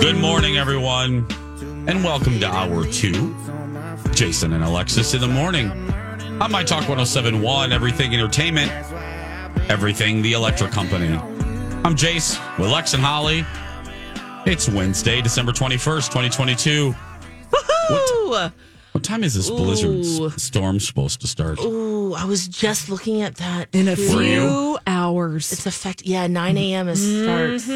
Good morning, everyone, and welcome to Hour Two. Jason and Alexis in the morning on My Talk 1071, Everything Entertainment, Everything the Electric Company. I'm Jace with Lex and Holly. It's Wednesday, December 21st, 2022. Ooh, What time is this blizzard Ooh. s- storm supposed to start? ooh, I was just looking at that. in a too. For you? few hours. It's effect. Yeah, 9 a.m. is starts.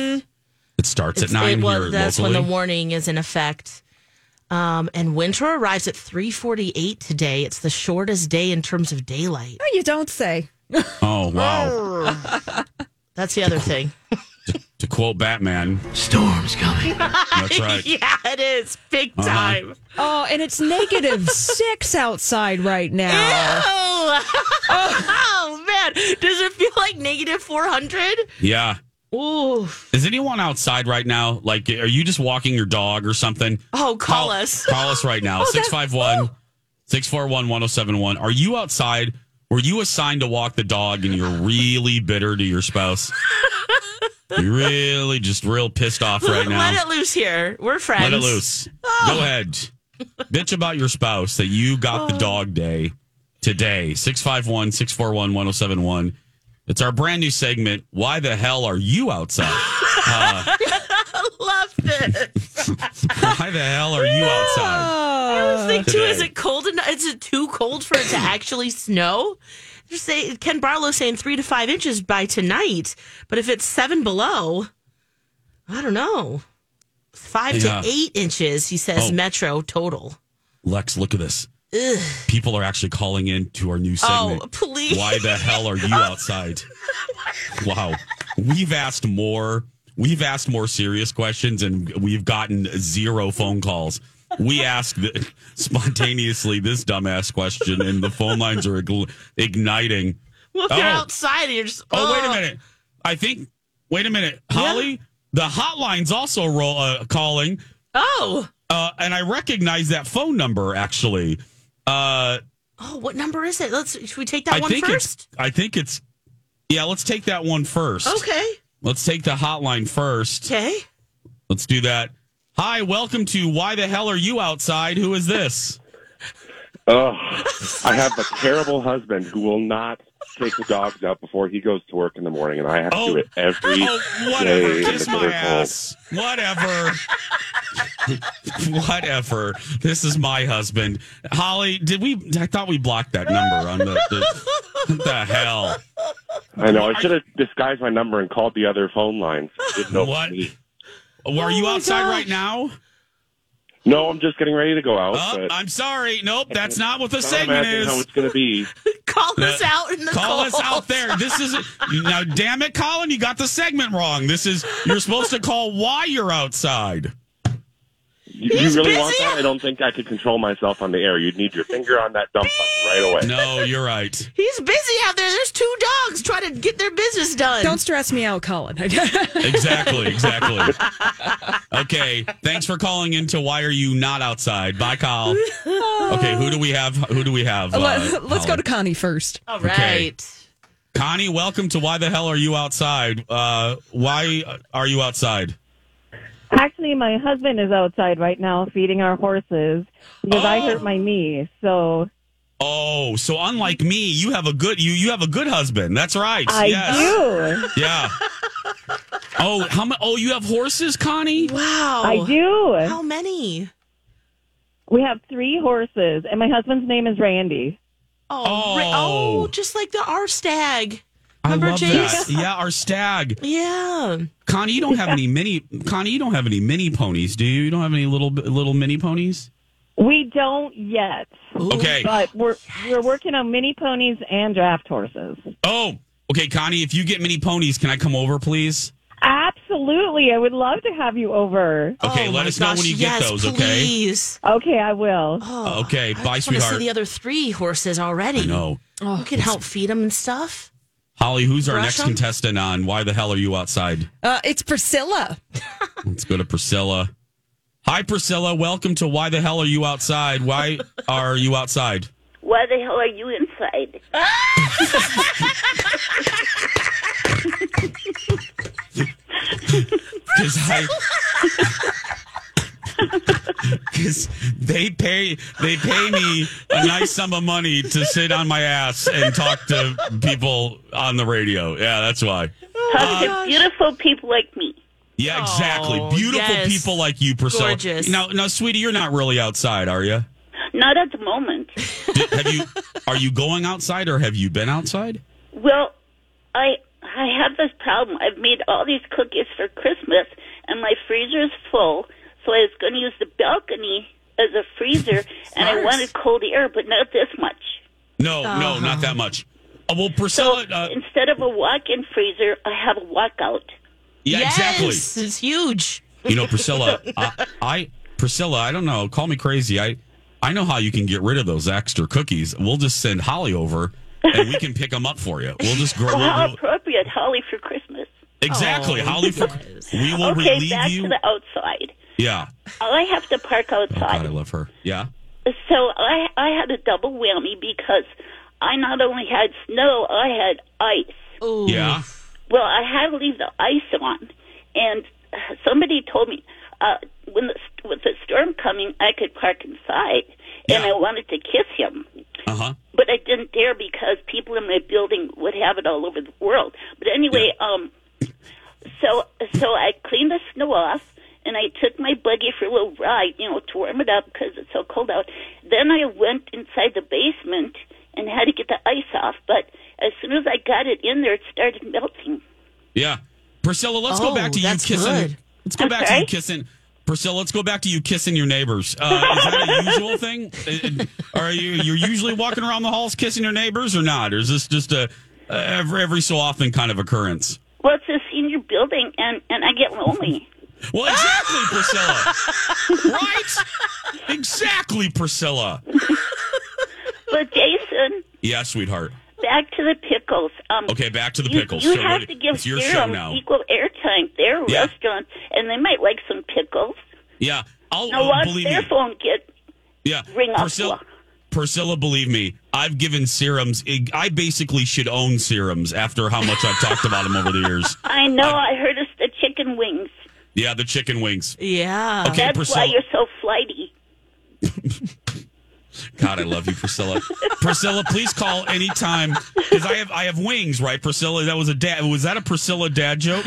It starts It's- at 9 it- well, here that's locally. when the warning is in effect. Um, and winter arrives at 3:48 today. It's the shortest day in terms of daylight. Oh, you don't say. oh, wow. That's the other thing. to quote Batman, Storm's coming. that's right. yeah, it is big Uh-huh. time. Oh, and it's negative six outside right now. Oh. oh man, does it feel like negative 400? Yeah. Ooh. Is anyone outside right now? Like, are you just walking your dog or something? Oh, call us. Oh, Call us right now. 651 641 1071. Are you outside? Were you assigned to walk the dog and you're really bitter to your spouse? you're really just real pissed off right now. Let it Oh. loose here. We're friends. Let it loose. Go ahead. Bitch about your spouse that you got Oh. the dog day today. 651 641 1071. It's our brand new segment. Why the hell are you outside? Love this. Why the hell are you outside? Oh, I think too, Today. is it cold enough? Is it too cold for it to actually snow? They're saying, Ken Barlow's saying three to five inches by tonight, but if it's seven below, I don't know. Five Yeah. to eight inches, he says, Oh. metro total. Lex, look at this. People are actually calling in to our new segment. Oh, please. Why the hell are you outside? wow. We've asked more. We've asked more serious questions and we've gotten zero phone calls. We asked the, spontaneously this dumbass question and the phone lines are igl- igniting. Well, if you're Oh. outside and you're just, Oh, wait a minute. I think, wait a minute. Holly, the hotline's also ro- uh, calling. Oh. Uh, and I recognize that phone number actually. Uh, Oh, what number is it? Let's, should we take that I one think it's. first? I think it's. Yeah, let's take that one first. Okay. Let's take the hotline first. Okay. Let's do that. Hi, welcome to Why the Hell Are You Outside? Who is this? Oh, I have a terrible husband who will not take the dogs out before he goes to work in the morning, and I have to Oh. do it every day. Oh, whatever. in the Kiss my bitter cold. ass. Whatever. whatever. This is my husband. Holly, did we? I thought we blocked that number on the. the what the hell? I know. I should have disguised my number and called the other phone lines. Didn't know it was What? me. Were you Oh my outside gosh. right now? No, I'm just getting ready to go out. Oh, but I'm sorry. Nope, that's not what the can't segment imagine is. how it's going to be. Call us Uh, out in the Call cold. us out there. This is now, damn it, Colin, you got the segment wrong. This is you're supposed to call why you're outside. You, you He's really want busy. that? I don't think I could control myself on the air. You'd need your finger on that dumb button right away. No, you're right. He's busy out there. There's two dogs trying to get their business done. don't stress me out, Colin. Exactly, exactly. Okay, thanks for calling into why are you not outside? Bye, Kyle. Okay, who do we have? Who do we have? uh, Let, us go to Colin? Connie first. All right. Okay. Connie. Welcome to why the hell are you outside? Uh, why are you outside? Actually, my husband is outside right now feeding our horses because I hurt my knee. So Oh, so unlike me, you have a good you you have a good husband. That's right. I yes. do. Yeah. Oh, how mu- Oh, you have horses, Connie? Wow. I do. Oh. How many? We have three horses, and my husband's name is Randy. Oh, Oh. re- oh, just like the R stag. I Remember, love Jace? that. Yeah, our stag, Yeah. Connie. You don't have any mini, Connie. You don't have any mini ponies, do you? You don't have any little little mini ponies. We don't yet, Okay. but we're we're working on mini ponies and draft horses. Oh, okay, Connie. If you get mini ponies, can I come over, please? Absolutely. I would love to have you over. Okay, Oh let my us know when gosh, you get yes, those, okay? Please. Okay, I will. Oh, Okay, I bye, just wanna sweetheart. See the other three horses already. Oh, No. You can help feed them and stuff. Holly, who's our Brush next 'em? contestant on Why the Hell Are You Outside? Uh, it's Priscilla. Let's go to Priscilla. Hi, Priscilla. Welcome to Why the Hell Are You Outside? Why are you outside? Why the hell are you inside? Because I. Because they pay they pay me a nice sum of money to sit on my ass and talk to people on the radio. Yeah, that's why. Talk to beautiful people like me. Yeah, exactly. Oh, Beautiful yes. people like you, Priscilla. Gorgeous. Now, now, sweetie, you're not really outside, are you? Not at the moment. Did, have you? Are you going outside, or have you been outside? Well, I I have this problem. I've made all these cookies for Christmas, and my freezer is full. So I was going to use the balcony as a freezer, and I wanted cold air, but not this much. No, no, Uh-huh. not that much. Uh, well, Priscilla. uh, Instead of a walk-in freezer, I have a walkout. yeah, yes, exactly. It's huge. You know, Priscilla, I, I Priscilla, I don't know. Call me crazy. I I know how you can get rid of those extra cookies. We'll just send Holly over, and we can pick them up for you. We'll just grow. Well, we'll- how we'll- appropriate, Holly, for Christmas. exactly, Holly. For, we will okay, relieve back you. to the outside. yeah. I have to park Oh God, outside. I love her. Yeah. So I I had a double whammy because I not only had snow, I had ice. Ooh. Yeah. Well, I had to leave the ice on, and somebody told me uh, when the, st- with the storm coming, I could park inside, and Yeah. I wanted to kiss him, Uh huh. but I didn't dare because people in my building would have it all over the world. But anyway, um, so so I cleaned the snow off, and I took my buggy for a little ride, you know, to warm it up because it's so cold out. Then I went inside the basement and had to get the ice off, but as soon as I got it in there, it started melting. Yeah. Priscilla, let's go Oh, back to you that's kissing. good. Let's go back to you Okay. kissing. Priscilla, let's go back to you kissing your neighbors. Uh, is that a usual thing? Uh, Are you you're usually walking around the halls kissing your neighbors or not? Or is this just a uh, every every so often kind of occurrence? Well, it's a senior building, and and I get lonely. Well, exactly, Priscilla. right? Exactly, Priscilla. But Jason, Yeah, sweetheart. back to the pickles. Um, Okay, back to the you, pickles. You So have what- to give it's your show them now. equal airtime. They're Yeah. restaurants, and they might like some pickles. Yeah, I'll Now uh, watch believe their me. phone get. Yeah. Ring up Priscilla, law. Priscilla, believe me, I've given serums. I basically should own serums after how much I've talked about them over the years. I know. I heard it's the chicken wings. Yeah, the chicken wings. Yeah. Okay, That's Priscilla. why you're so flighty. God, I love you, Priscilla. Priscilla, please call anytime because I have I have wings, right, Priscilla? That was a dad. Was that a Priscilla dad joke?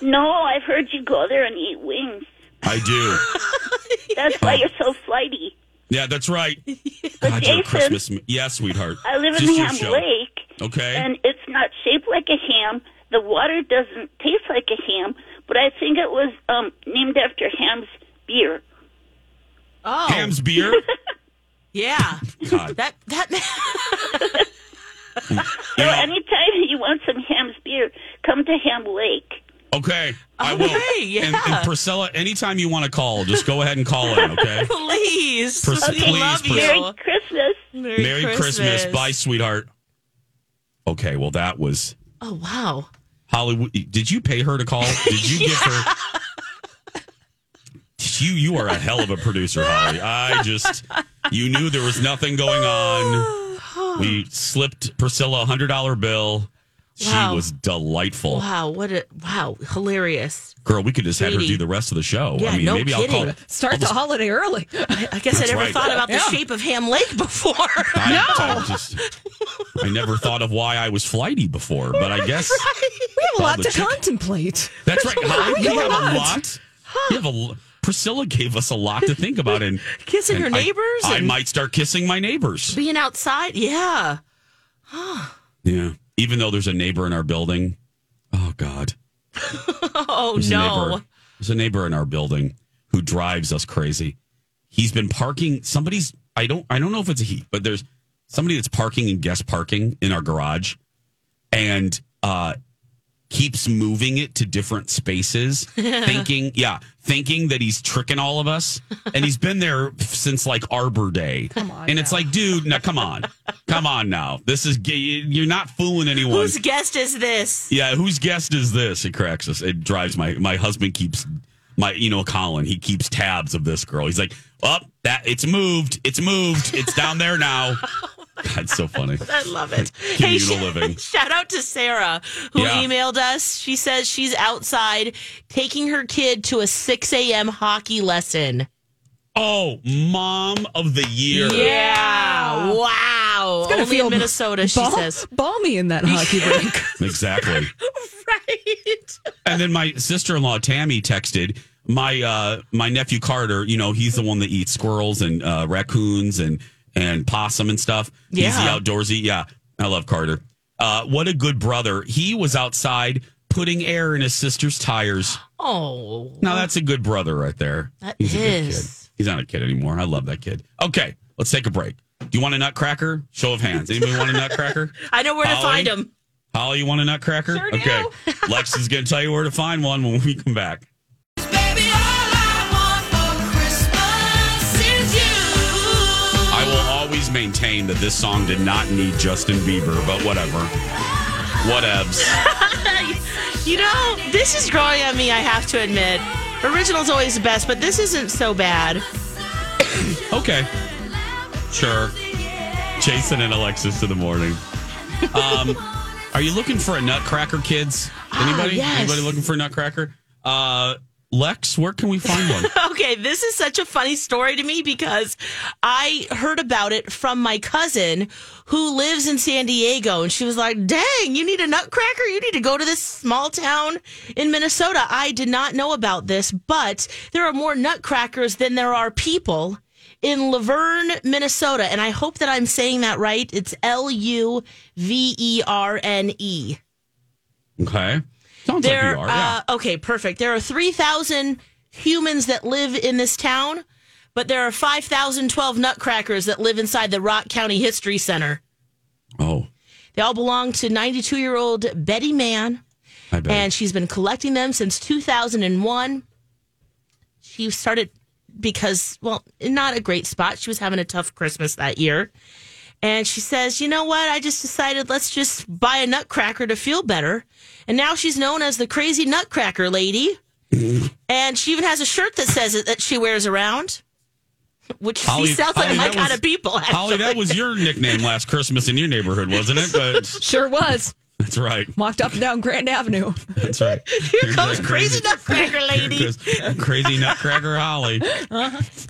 No, I've heard you go there and eat wings. I do. That's why you're so flighty. Yeah, that's right. God, you're a Jason- Christmas. m- Yeah, sweetheart. I live in Just your Ham show. Lake, Okay. and it's not shaped like a ham. The water doesn't taste like a ham, but I think it was um, named after Ham's beer. Oh, Ham's beer. yeah. God. That that. You So know- anytime you want some Ham's beer, come to Ham Lake. Okay, I will. Okay, yeah. and, and Priscilla, anytime you want to call, just go ahead and call in. Okay. Please. Pers- we please, love please. Merry you. Christmas. Merry, Merry Christmas. Bye, sweetheart. Okay, well that was Oh, wow. Hollywood. Did you pay her to call? Did you give her? You you are a hell of a producer, Holly. I just you knew there was nothing going on. We slipped Priscilla a hundred dollar bill. She Wow. was delightful. Wow. What a. Wow. Hilarious. Girl, we could just have her Katie. do the rest of the show. Yeah, I mean, no maybe I'll call. kidding. Start the holiday early. I guess That's I never right. thought about Yeah. the shape of Ham Lake before. I, I just I never thought of why I was flighty before, but I guess We have a lot the to chicken. contemplate. that's right. Holly, we have going a on? lot. We have a l- Priscilla gave us a lot to think about, and Kissing your and I- neighbors I, and might start kissing my neighbors. being outside. Yeah. Yeah, even though there's a neighbor in our building. Oh God, Oh, there's a no. neighbor. There's a neighbor in our building who drives us crazy. He's been parking. Somebody's. I don't. I don't know if it's a he, but there's somebody that's parking and guest parking in our garage, and uh keeps moving it to different spaces, thinking, yeah, thinking that he's tricking all of us. And he's been there since like Arbor Day. Come on. And it's like, dude, now come on. Come on now. This is, you're not fooling anyone. Whose guest is this? Yeah, whose guest is this? It cracks us. It drives my my husband keeps my you know Colin. He keeps tabs of this girl. He's like, oh, that it's moved, it's moved, it's down there now. That's so funny. I love it. Communal sh- living. Shout out to Sarah who Yeah. emailed us. She says she's outside taking her kid to a 6 a.m. hockey lesson. Oh, mom of the year. Yeah. Wow. Gonna Only feel in Minnesota, she bal- says. Balmy in that hockey rink. Exactly. Right. And then my sister in law Tammy texted my uh, my nephew Carter. You know, he's the one that eats squirrels and uh, raccoons and and possum and stuff. He's Yeah. the outdoorsy. Yeah, I love Carter. Uh, what a good brother. He was outside putting air in his sister's tires. Oh. Now that's a good brother right there. That He's a good kid. is. He's not a kid anymore. I love that kid. Okay, let's take a break. Do you want a nutcracker? Show of hands. Anybody want a nutcracker? I know where to Holly? find him. Holly, you want a nutcracker? okay. Lex is going to tell you where to find one when we come back. I will always maintain that this song did not need Justin Bieber, but whatever. Whatevs. You know, this is growing on me, I have to admit. Original's always the best, but this isn't so bad. Okay. Sure. Jason and Alexis in the morning. Um, are you looking for a nutcracker, kids? Anybody? Ah, yes. Anybody looking for a nutcracker? Uh, Lex, where can we find one? Okay, this is such a funny story to me because I heard about it from my cousin who lives in San Diego. And she was like, dang, you need a nutcracker? You need to go to this small town in Minnesota. I did not know about this, but there are more nutcrackers than there are people in Laverne, Minnesota. And I hope that I'm saying that right. It's L U V E R N E. Okay. Sounds like There, you are. Yeah. uh, okay, perfect. There are three thousand humans that live in this town, but there are five thousand twelve nutcrackers that live inside the Rock County History Center. uh, oh, They all belong to ninety-two-year-old Betty Mann, I bet. and she's been collecting them since two thousand and one. She started because, well, not a great spot. She was having a tough Christmas that year. And she says, you know what? I just decided let's just buy a nutcracker to feel better. And now she's known as the crazy nutcracker lady. and she even has a shirt that says it that she wears around, which Holly- she sounds Holly, like my that kind was- of people. Actually. Holly, that was your nickname last Christmas in your neighborhood, wasn't it? But Sure was. that's right. Walked up and down Grand Avenue. That's right. Here comes crazy nutcracker lady. Here goes crazy nutcracker Holly. That's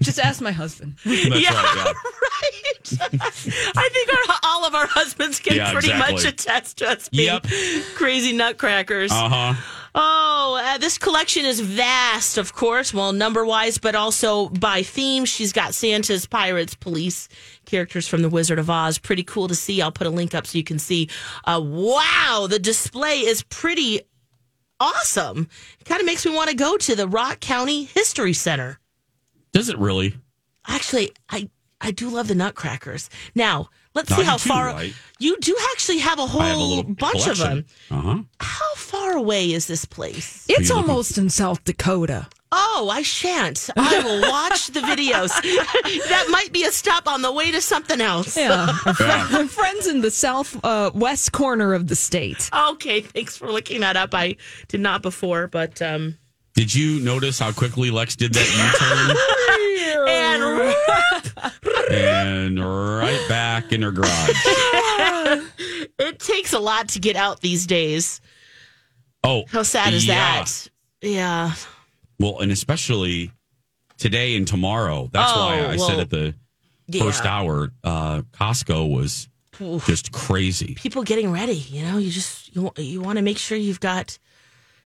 Just ask my husband. yeah, right. Yeah. right. I think our, all of our husbands can Yeah, pretty much exactly. attest to us being Yep. crazy nutcrackers. Uh huh. Oh, uh, this collection is vast, of course, well, number wise, but also by theme. She's got Santa's, pirates, police, characters from The Wizard of Oz. Pretty cool to see. I'll put a link up so you can see. Uh, wow, the display is pretty awesome. It kind of makes me want to go to the Rock County History Center. Does it really? Actually, I, I do love the Nutcrackers. Now, let's No, see I how do too, far. right? You do actually have a whole I have a little bunch of them. Uh huh. How far away is this place? It's almost in South Dakota. Oh, I shan't. I will watch the videos. that might be a stop on the way to something else. Yeah. Our friends in the south uh, west corner of the state. Okay, thanks for looking that up. I did not before, but um Did you notice how quickly Lex did that and U turn and right back in her garage? it takes a lot to get out these days. Oh, How sad is yeah. that? Yeah. Well, and especially today and tomorrow. That's Oh, why I said well, at the Yeah. first hour, uh, Costco was just crazy. People getting ready, you know, you just you, wa- you want to make sure you've got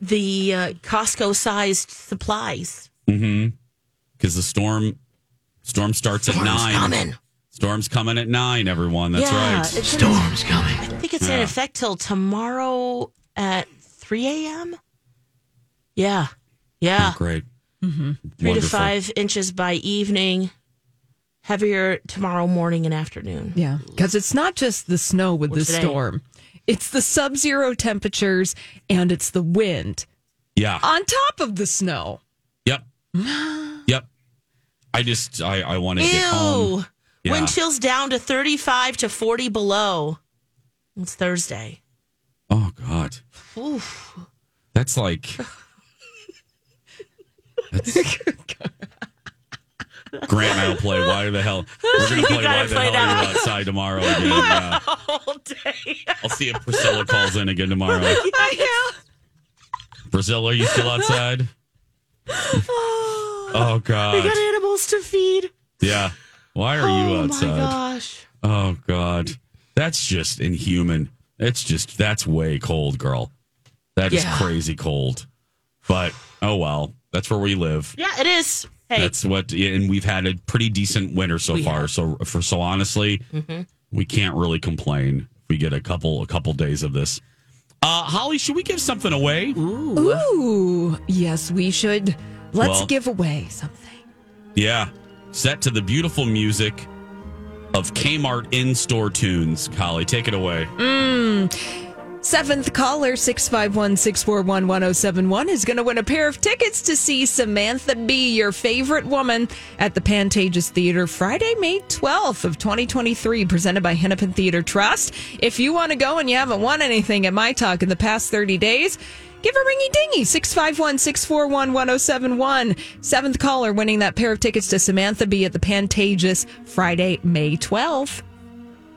The uh, Costco sized supplies. because the storm storm starts at nine. coming. Storm's coming at nine. Everyone, that's yeah, right. Storm's coming. I think it's in effect till tomorrow at 3 a.m. Yeah. Yeah. Great. Mm-hmm. Ah. Three to five inches by evening, heavier tomorrow morning and afternoon. Yeah, because it's not just the snow with Or the today. storm, it's the sub zero temperatures and it's the wind Yeah. on top of the snow. Yep. yep. I just I I want to Ew. get home. Yeah. Wind chills down to 35 to 40 below. It's Thursday. Oh God, Oof. that's like. That's... Grant and I will play. Why the hell? We're gonna You play. Why gotta the play hell that. are you outside tomorrow again? Yeah. All day. I'll see if Priscilla calls in again tomorrow. Priscilla, are you still outside? oh We got God. animals to feed. Yeah. Why are you oh my outside? gosh. Oh God, that's just inhuman. It's just that's way cold, girl. That is Yeah. crazy cold. But oh well, that's where we live. Yeah, it is. Hey, That's what, yeah, and we've had a pretty decent winter so far. So for so honestly, Mm-hmm. we can't really complain. if We get a couple a couple days of this. Uh, Holly, should we give something away? Ooh, yes, we should. Let's Well- give away something. Yeah. Set to the beautiful music of Kmart in store tunes. Holly, take it away. Seventh caller, 651 641 1071, is going to win a pair of tickets to see Samantha Bee, your favorite woman, at the Pantages Theater Friday, May 12th of 2023, presented by Hennepin Theater Trust. If you want to go and you haven't won anything at My Talk in the past 30 days, give a ringy dingy, 651 641 1071. Seventh caller winning that pair of tickets to Samantha Bee at the Pantages Friday, May 12th.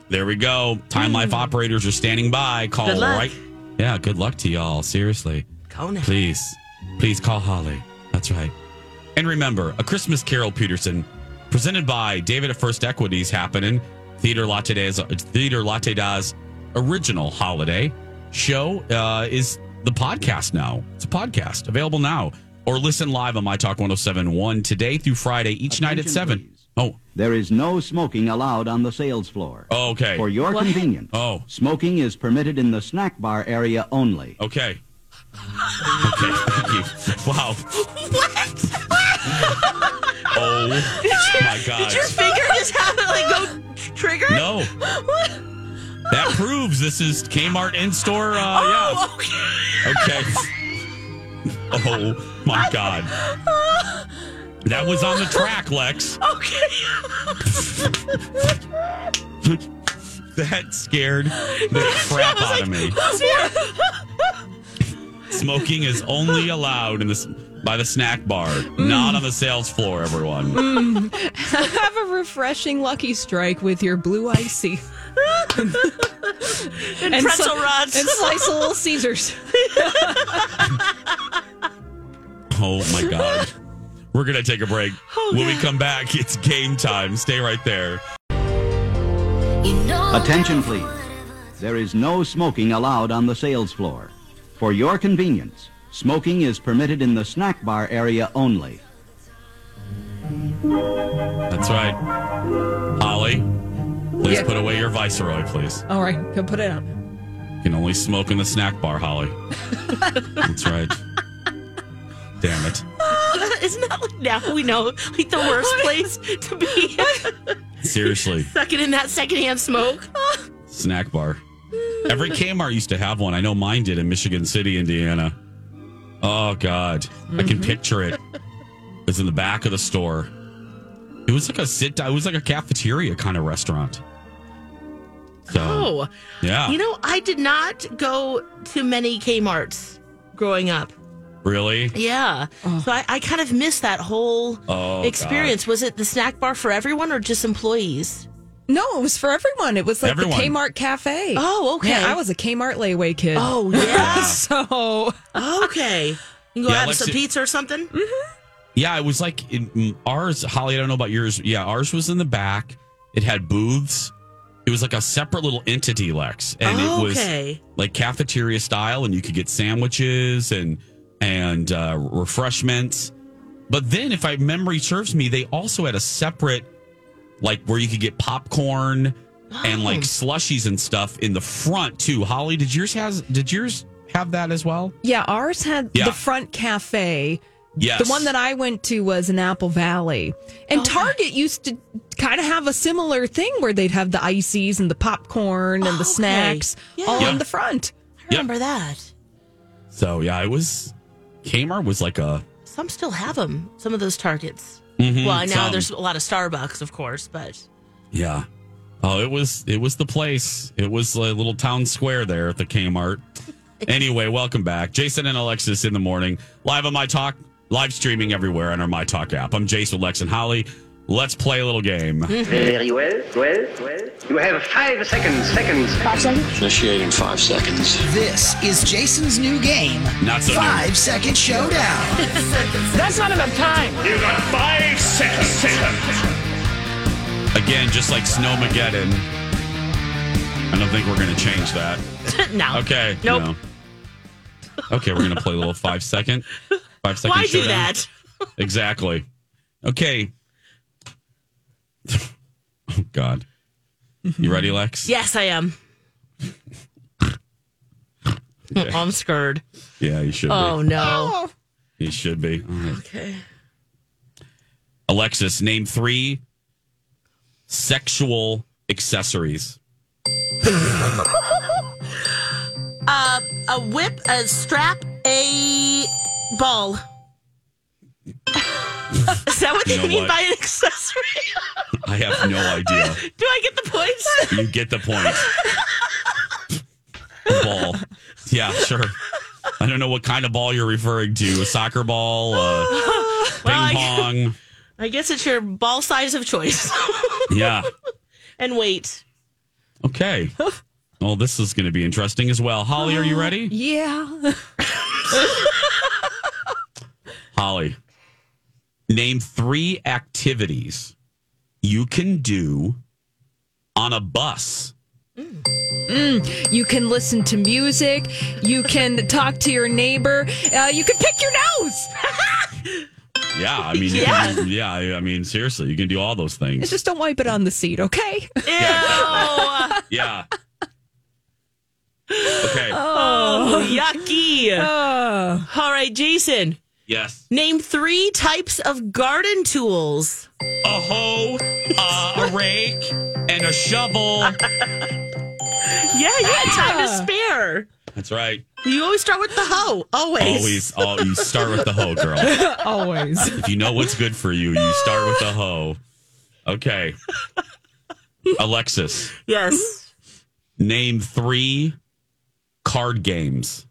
There we go. Time Life operators are standing by. Call Hmm. Good luck. right. Yeah, good luck to y'all. Seriously. Conan. Please. Please call Holly. That's right. And remember, A Christmas Carol Peterson, presented by David at First Equities, happening. Theater Latte Days, Theater Latte Da's original holiday show uh, is the podcast now. It's a podcast available now. Or listen live on My Talk 1071 today through Friday, each night at 7. Oh, There is no smoking allowed on the sales floor. okay. For your convenience, Oh. smoking is permitted in the snack bar area only. Okay. Okay, thank you. Wow. what? Oh my Did your gosh. finger just have it like go tr- trigger? No. That proves this is Kmart in store. Uh, yeah. Oh, okay. Okay. Oh my God. That was on the track, Lex. That scared the crap out of me. Okay. Smoking is only allowed in this by the snack bar, not on the sales floor, everyone. Have a refreshing lucky strike with your blue icy. and, pretzel sli- rods. And slice of little Caesars. Oh my God. We're going to take a break. when we come back, it's game time. Stay right there. Attention, please. There is no smoking allowed on the sales floor. For your convenience, smoking is permitted in the snack bar area only. That's right. Holly, please put away your Viceroy, please. All right, go put it on. You can only smoke in the snack bar, Holly. That's right. Damn it. Isn't that like now we know like the worst place to be Seriously, sucking in that secondhand smoke? snack bar. Every Kmart used to have one. I know mine did in Michigan City, Indiana. Oh, God. I Mm-hmm. can picture it. It's in the back of the store. It was like a sit down, it was like a cafeteria kind of restaurant. So, Oh, yeah. you know, I did not go to many Kmart's growing up. Really? Yeah. So I, I kind of missed that whole Oh, experience. Was it the snack bar for everyone or just employees? No, it was for everyone. It was like Everyone. the Kmart cafe. Oh, okay. Man, I was a Kmart layaway kid. Oh, yeah. so okay. You can go Yeah, have Lexi- some pizza or something? Yeah, it was like in mm, ours. Holly, I don't know about yours. Yeah, ours was in the back. It had booths. It was like a separate little entity, Lex, and it was okay. like cafeteria style, and you could get sandwiches and and uh, refreshments. But then, if I memory serves me, they also had a separate like where you could get popcorn Oh. and like slushies and stuff in the front too. Holly, did yours has did yours have that as well? yeah, ours had Yeah. the front cafe. Yes, The one that I went to was in Apple Valley. And Target used to kind of have a similar thing where they'd have the ices and the popcorn and Oh, the okay. snacks all Yeah. in the front. I remember that. So yeah, it was Kmart was like a Some still have them, some of those targets. Mhm, well, now some. there's a lot of Starbucks, of course, but Yeah. Oh, it was it was the place. It was a little town square there at the Kmart. anyway, welcome back, Jason and Alexis in the morning, live on my talk, live streaming everywhere on our my talk app. I'm Jason, Lex, and Holly. Let's play a little game. Mm-hmm. Very well, well, well. You have five seconds, seconds. This is Jason's new game, Not so new. Five Second Showdown. Again, just like Snowmageddon. I don't think we're going to change that. no. Okay. Nope. no. Okay, we're going to play a little five second. Five second. Why do showdown. that? Exactly. Okay. oh, God. You ready, Lex? Yes, I am. I'm scared. Yeah, you should Oh, no. be. You should be. All right. Alexis, name three sexual accessories. Uh, a whip, a strap, a ball. Is that what You they know mean what? by an accessory? I have no idea. Do I get the points? You get the point. ball. Yeah, sure. I don't know what kind of ball you're referring to. A soccer ball, uh, ping I, pong. I guess it's your ball size of choice Yeah. and weight. Okay. Well, this is going to be interesting as well. Holly, are you ready? Yeah. Holly, name three activities you can do on a bus. You can listen to music. You can talk to your neighbor. Uh, you can pick your nose. Yeah, I mean, you can do- yeah, I mean, seriously, you can do all those It's things. Just don't wipe it on the seat, okay? Ew. Yeah. Okay. Oh, yucky. Uh, All right, Jason. Yes. Name three types of garden tools. A hoe, uh, a rake, and a shovel. Yeah, you had time to spare. That's right. You always start with the hoe. Always. Always, all you start with the hoe, girl. always. If you know what's good for you, you start with the hoe. Okay. Alexis, Yes. name three card games.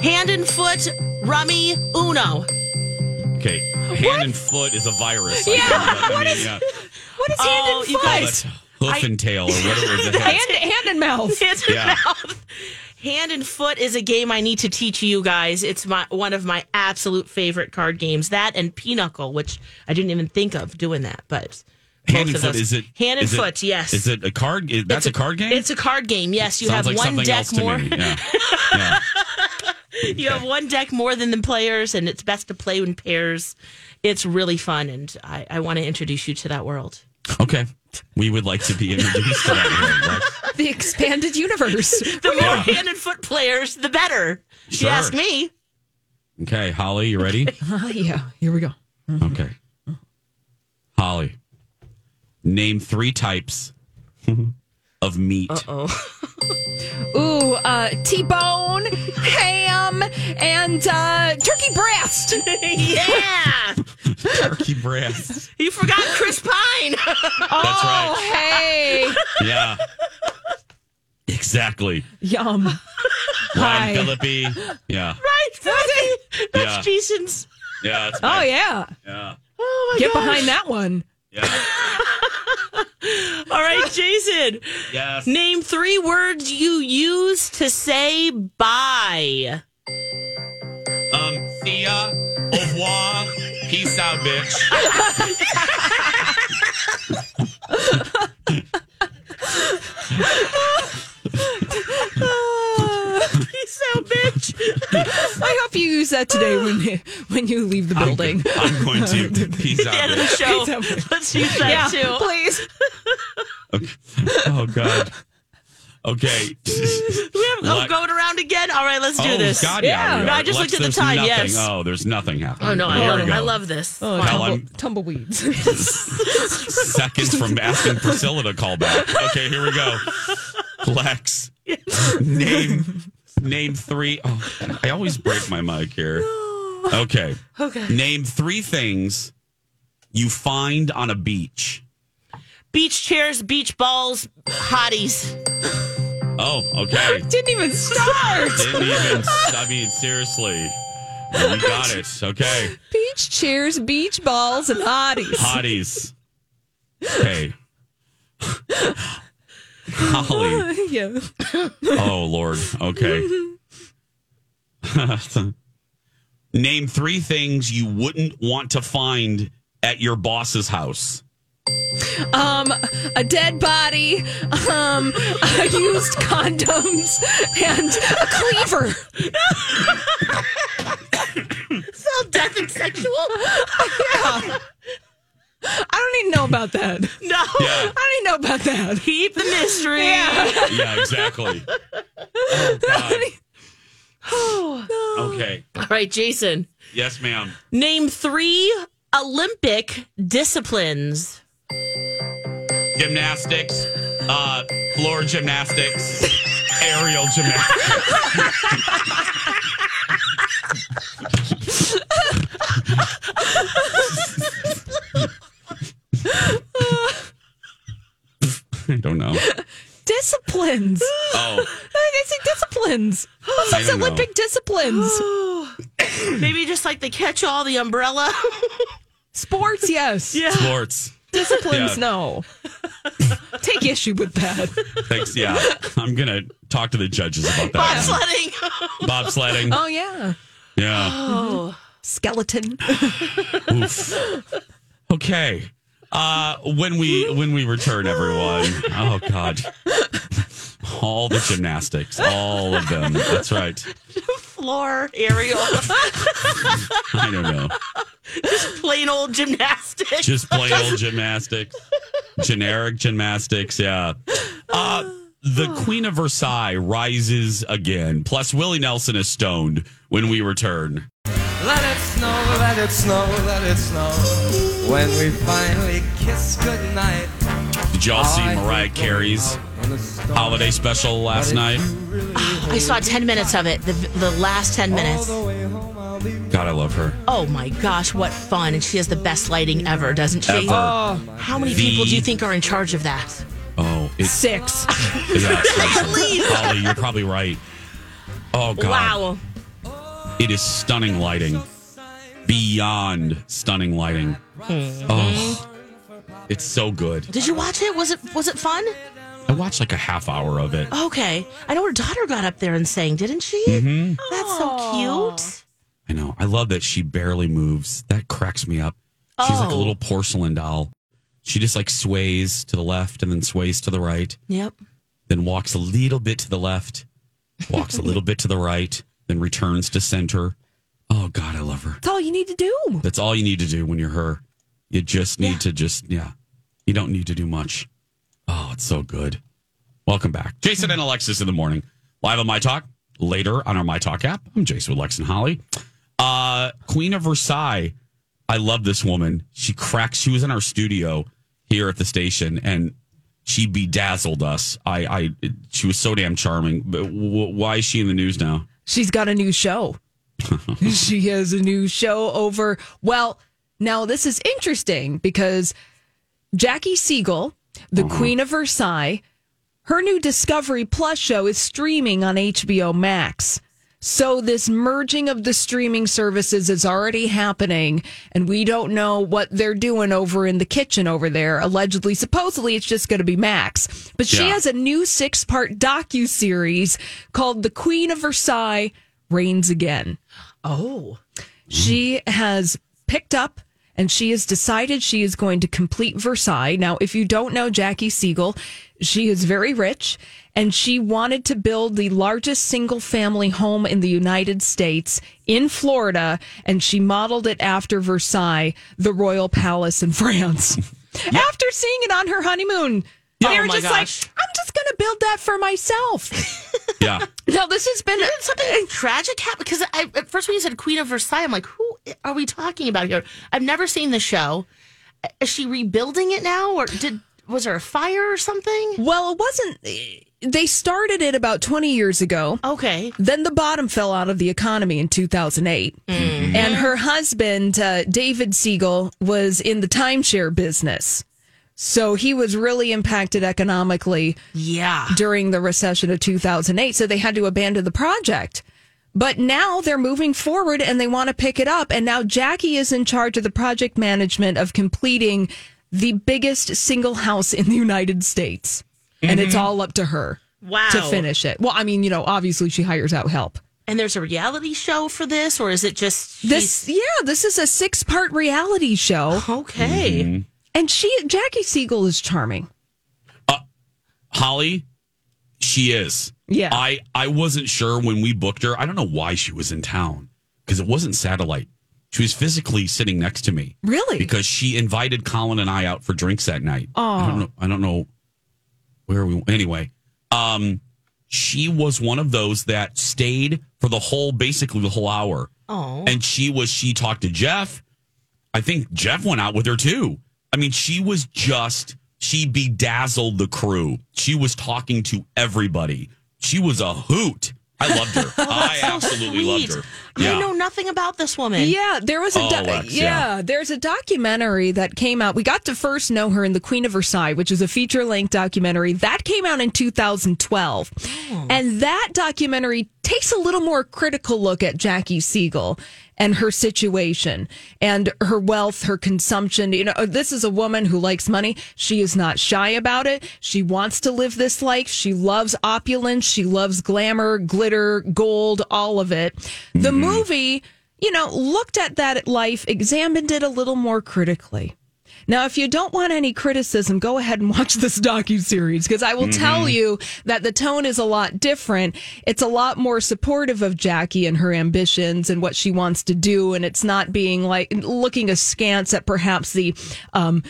Hand and foot, rummy, uno. Okay. Hand and foot is a virus. I Yeah, think. I mean, yeah. What is Oh, hand and you foot? Oh, that's guys- hoof and tail or whatever is the head. Hand, hand and mouth. Hand and Yeah. mouth. Hand and foot is a game I need to teach you guys. It's my one of my absolute favorite card games. That and Pinochle, which I didn't even think of doing that, but Hand and both of foot those. is it? Hand and is it- foot, yes. Is it a card? is- that's a, card game. It's a card game. Yes, you Sounds have like one something deck else to more. me. Yeah. Yeah. You have one deck more than the players, and it's best to play in pairs. It's really fun, and I, I want to introduce you to that world. Okay. We would like to be introduced to that. World, Lex. The expanded universe. The more Yeah. hand and foot players, the better. If Sure. You ask me. Okay, Holly, you ready? Oh, yeah. Here we go. Okay. Holly, name three types of meat. Ooh, uh, T-bone, ham, and uh, turkey breast. Yeah, Turkey breast. you forgot Chris Pine. That's Oh, right. hey, Yeah. Exactly. yum. Ryan Hi. Philippi. Yeah. Ryan That's Yeah. Jason's. Yeah. It's Oh bad. yeah. Yeah. Oh my Get gosh. behind that one. Yeah. All right, Jason. Yes. Name three words you use to say bye. Um, see ya. Au revoir. Peace out, bitch. Peace out, bitch. I hope you use that today when you, when you leave the building. I'm going to. Peace End out, of the bitch. show. Peace out, bitch. Let's use that too. please. Oh, God. Okay. We have, oh, Lex- going around again. All right, let's do oh, this. God, yeah. Yeah. we are. No, I just Lex, looked at the there's time, Nothing. yes. Oh, there's nothing happening. Oh no, I Here love we it. go. I love this. Oh, Hell, tumble- I'm- tumbleweeds. seconds from asking Priscilla to call back. Okay, here we go. Lex, name name three. Oh, I always break my mic here. Okay. Okay. Name three things you find on a beach. Beach chairs, beach balls, hotties. Oh, okay. Didn't even start. Didn't even. I mean, seriously. You got it. Okay. Beach chairs, beach balls, and hotties. Hotties. Hey. Holly. yeah. Oh Lord. Okay. Name three things you wouldn't want to find at your boss's house. Um, a dead body, um, used condoms, and a cleaver. It's all death and sexual. Yeah. I don't even know about that. No. Yeah. I don't even know about that. Keep the mystery. Yeah, exactly. Oh, God. Okay. All right, Jason. Yes, ma'am. Name three Olympic disciplines. Gymnastics, uh, floor gymnastics, aerial gymnastics. I don't know. Disciplines. Oh. I say disciplines. What's I these don't know. Olympic disciplines? Maybe just like the catch all, the umbrella. Sports, yes. Sports. Disciplines, Yeah. no. Take issue with that. Thanks. Yeah. I'm going to talk to the judges about that. Bobsledding. Bobsledding. Oh yeah, Yeah. Oh. skeleton. Oof. Okay. Uh, when we when we return, everyone. Oh God, all the gymnastics, all of them. That's right. Floor, aerial, I don't know. plain old gymnastics. Just plain old gymnastics, generic gymnastics. Yeah. Uh, the Queen of Versailles rises again. Plus, Willie Nelson is stoned. When we return, Let it snow, let it snow, let it snow. When we finally kiss goodnight. did y'all see Mariah Carey's holiday special last night? I saw 10 minutes of it, the, the last 10 minutes. God, I love her. Oh my gosh, what fun. And she has the best lighting ever, doesn't she? Ever. How many The- people do you think are in charge of that? Oh, it's Six. Yeah, seriously. Please. Holly, you're probably right. Oh God, Wow. it is stunning lighting, beyond stunning lighting. Hmm. Oh, it's so good. Did you watch it? Was it was it fun? I watched like a half hour of it. Okay. I know her daughter got up there and sang, didn't she? Mm-hmm. That's so cute. I know. I love that she barely moves. That cracks me up. She's like a Oh. little porcelain doll. She just like sways to the left and then sways to the right, Yep. then walks a little bit to the left, walks a little bit to the right, then returns to center. Oh God, I love her. That's all you need to do. That's all you need to do when you're her. You just need to just yeah. You don't need to do much. Oh, it's so good. Welcome back. Jason and Alexis in the morning. Live on My Talk. Later on our My Talk app. I'm Jason with Lex and Holly. Uh Queen of Versailles. I love this woman. She cracks. She was in our studio here at the station and she bedazzled us. I, I, she was so damn charming. But w- why is she in the news now? She's got a new show. she has a new show over. Well, now this is interesting because Jackie Siegel, the Queen of Versailles, her new Discovery Plus show is streaming on HBO Max. So this merging of the streaming services is already happening, and we don't know what they're doing over in the kitchen over there. Allegedly, supposedly, it's just going to be Max, but she Yeah. has a new six-part docu series called "The Queen of Versailles Reigns Again." Oh, she has picked up. And she has decided she is going to complete Versailles. Now, if you don't know Jackie Siegel, she is very rich and she wanted to build the largest single family home in the United States in Florida. And she modeled it after Versailles, the royal palace in France. After seeing it on her honeymoon, Yeah. we Oh were my just gosh. like, I'm just going to build that for myself. Yeah. Now this has been something tragic happen because I at first when you said Queen of Versailles, I'm like, who are we talking about here? I've never seen the show. Is she rebuilding it now, or did was there a fire or something? Well, it wasn't. They started it about 20 years ago. Okay. Then the bottom fell out of the economy in 2008. And her husband, uh, David Siegel, was in the timeshare business. So he was really impacted economically Yeah. during the recession of 2008. So they had to abandon the project. But now they're moving forward and they want to pick it up. And now Jackie is in charge of the project management of completing the biggest single house in the United States. And it's Mhm. all up to her Wow. to finish it. Well, I mean, you know, obviously she hires out help. And there's a reality show for this, or is it just This, yeah, this is a six part reality show. Okay. Mhm. And she, Jackie Siegel is charming. Holly, she is. Yeah. I, I wasn't sure when we booked her. I don't know why she was in town because it wasn't satellite. She was physically sitting next to me. Really? Because she invited Colin and I out for drinks that night. I Aw. don't know. I don't know where we anyway. Um, she was one of those that stayed for the whole, basically the whole hour. Oh. And she was, she talked to Jeff. I think Jeff went out with her too. I mean, she was just, she bedazzled the crew. She was talking to everybody. She was a hoot. I loved her. I absolutely loved her. I know nothing about this woman. Yeah, there was a Oh, do- Lex, yeah. yeah. there's a documentary that came out. We got to first know her in The Queen of Versailles, which is a feature length documentary that came out in 2012. Oh. And that documentary takes a little more critical look at Jackie Siegel and her situation and her wealth, her consumption. You know, this is a woman who likes money. She is not shy about it. She wants to live this life. She loves opulence. She loves glamour, glitter, gold, all of it. Mm-hmm. The movie you know, looked at that life, examined it a little more critically. Now, if you don't want any criticism, go ahead and watch this docuseries because I will tell you that the tone is a lot different. It's a lot more supportive of Jackie and her ambitions and what she wants to do. And it's not being like looking askance at perhaps the um,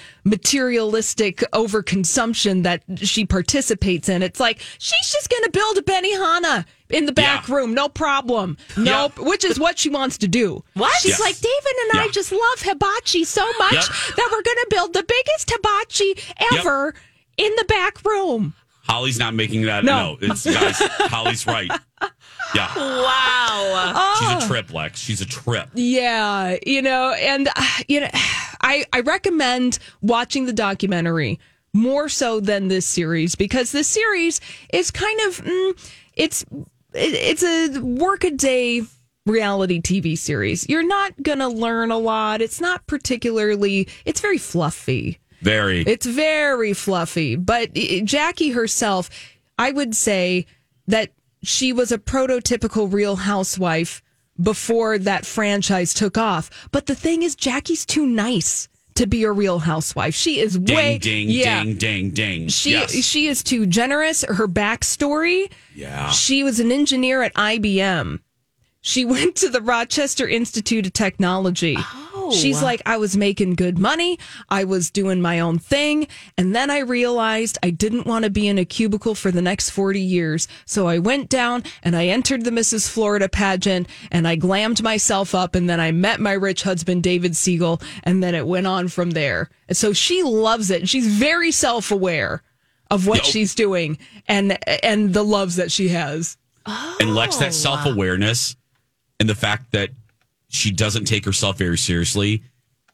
materialistic overconsumption that she participates in. It's like she's just going to build a Benihana in the back room, no problem. Nope, which is what she wants to do. What? She's Yes. like, David and I Yeah. just love hibachi so much Yep. that we're going to build the biggest hibachi ever in the back room. Holly's not making that. No. No, it's guys. Holly's right. Yeah. Wow. She's Oh. a trip, Lex. She's a trip. Yeah, you know, and uh, you know, I I recommend watching the documentary more so than this series because this series is kind of mm, it's it, it's a workaday reality TV series. You're not gonna learn a lot. It's not particularly. It's very fluffy. Very. It's very fluffy, but i- Jackie herself, I would say that she was a prototypical real housewife before that franchise took off. But the thing is, Jackie's too nice to be a real housewife. She is ding, way ding, yeah. ding, ding, ding. She yes. she is too generous. Her backstory. Yeah. She was an engineer at IBM. She went to the Rochester Institute of Technology. She's like, I was making good money. I was doing my own thing. And then I realized I didn't want to be in a cubicle for the next 40 years. So I went down and I entered the Mrs. Florida pageant and I glammed myself up. And then I met my rich husband, David Siegel. And then it went on from there. And so she loves it. She's very self aware of what she's doing and and the loves that she has. and Lex, that self awareness and the fact that she doesn't take herself very seriously,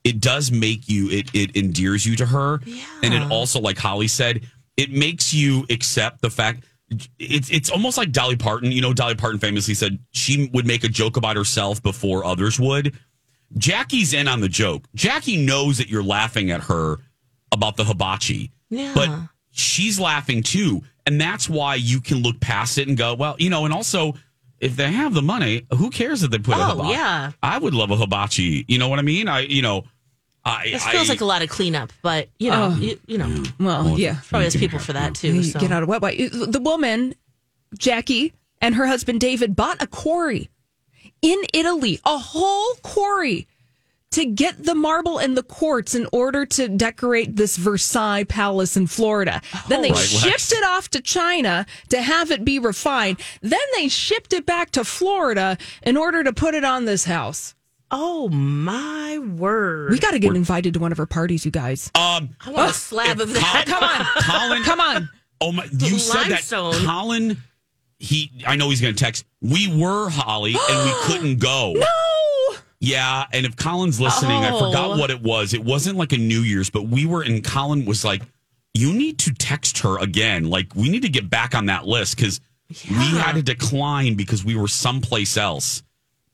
it does make you, it, it endears you to her. And it also, like Holly said, it makes you accept the fact it's it's almost like Dolly Parton. You know, Dolly Parton famously said she would make a joke about herself before others would. Jackie's in on the joke. Jackie knows that you're laughing at her about the hibachi, Yeah. but she's laughing too, and that's why you can look past it and go, well, you know, and also. If they have the money, who cares if they put a Oh, hibachi? yeah. I would love a hibachi. You know what I mean? I, you know, I. This feels I- like a lot of cleanup, but you know, Oh. you, you know, Well, Well, yeah. probably has people for that too. You So. Get out of wet wipe. The woman, Jackie, and her husband David bought a quarry in Italy, a whole quarry to get the marble and the quartz in order to decorate this Versailles palace in Florida. then they Right, Lex. shipped it off to China to have it be refined. Then they shipped it back to Florida in order to put it on this house. Oh my word! We got to get invited to one of her parties, you guys. Um, I want a slab of that. Come on. Colin, Come on. Oh my! You said that, limestone. Colin. He, I know he's going to text. We were Holly, and we couldn't go. No. Yeah, and if Colin's listening, I Oh. forgot what it was. It wasn't like a New Year's, but we were, and Colin was like, "You need to text her again. Like, we need to get back on that list because we had to decline because we were someplace else."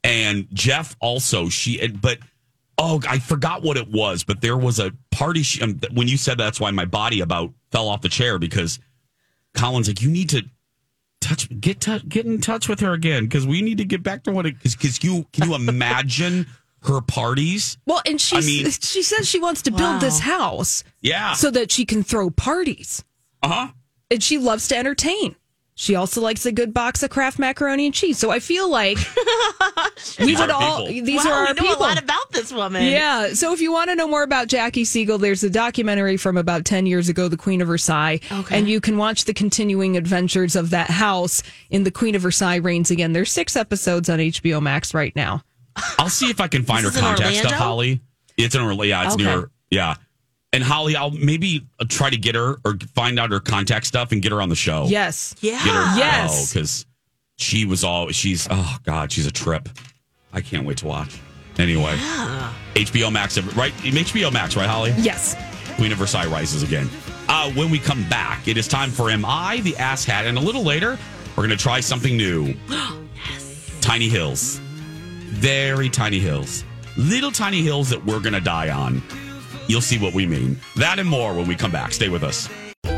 And Jeff also, she, and- but oh, I forgot what it was, but there was a party. She, um, th- when you said that's why my body about fell off the chair because Colin's like, "You need to." touch get tou- get in touch with her again because we need to get back to what it because you can you imagine her parties Well, and she I mean- she says she wants to Wow. build this house yeah so that she can throw parties, uh-huh and she loves to entertain. She also likes a good box of Kraft macaroni and cheese. So I feel like we These would are all people. these wow, are we our know people. a lot about this woman. yeah. So if you want to know more about Jackie Siegel, there's a documentary from about 10 years ago, The Queen of Versailles. Okay. And you can watch the continuing adventures of that house in The Queen of Versailles Reigns Again. There's six episodes on HBO Max right now. I'll see if I can find This her is in contact stuff Orlando? Holly it's in Orlando yeah it's Okay. near yeah and Holly I'll maybe uh, try to get her or find out her contact stuff and get her on the show Oh. Yes. yeah. get her Yes. because she was all she's oh god she's a trip I can't wait to watch anyway HBO Max right HBO Max right Holly Yes. Queen of Versailles rises again. Uh, when we come back, it is time for Am I the Ass Hat? And a little later, we're going to try something new. Tiny hills. Very tiny hills. Little tiny hills that we're going to die on. You'll see what we mean. That and more when we come back. Stay with us.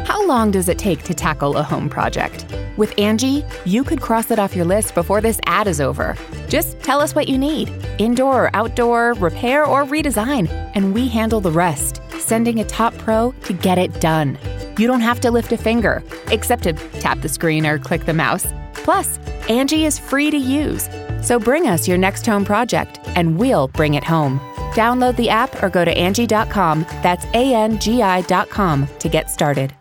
How long does it take to tackle a home project? With Angie, you could cross it off your list before this ad is over. Just tell us what you need indoor or outdoor, repair or redesign, and we handle the rest, sending a top pro to get it done. You don't have to lift a finger, except to tap the screen or click the mouse. Plus, Angie is free to use. So bring us your next home project and we'll bring it home. Download the app or go to Angie.com. That's A N G I.com to get started.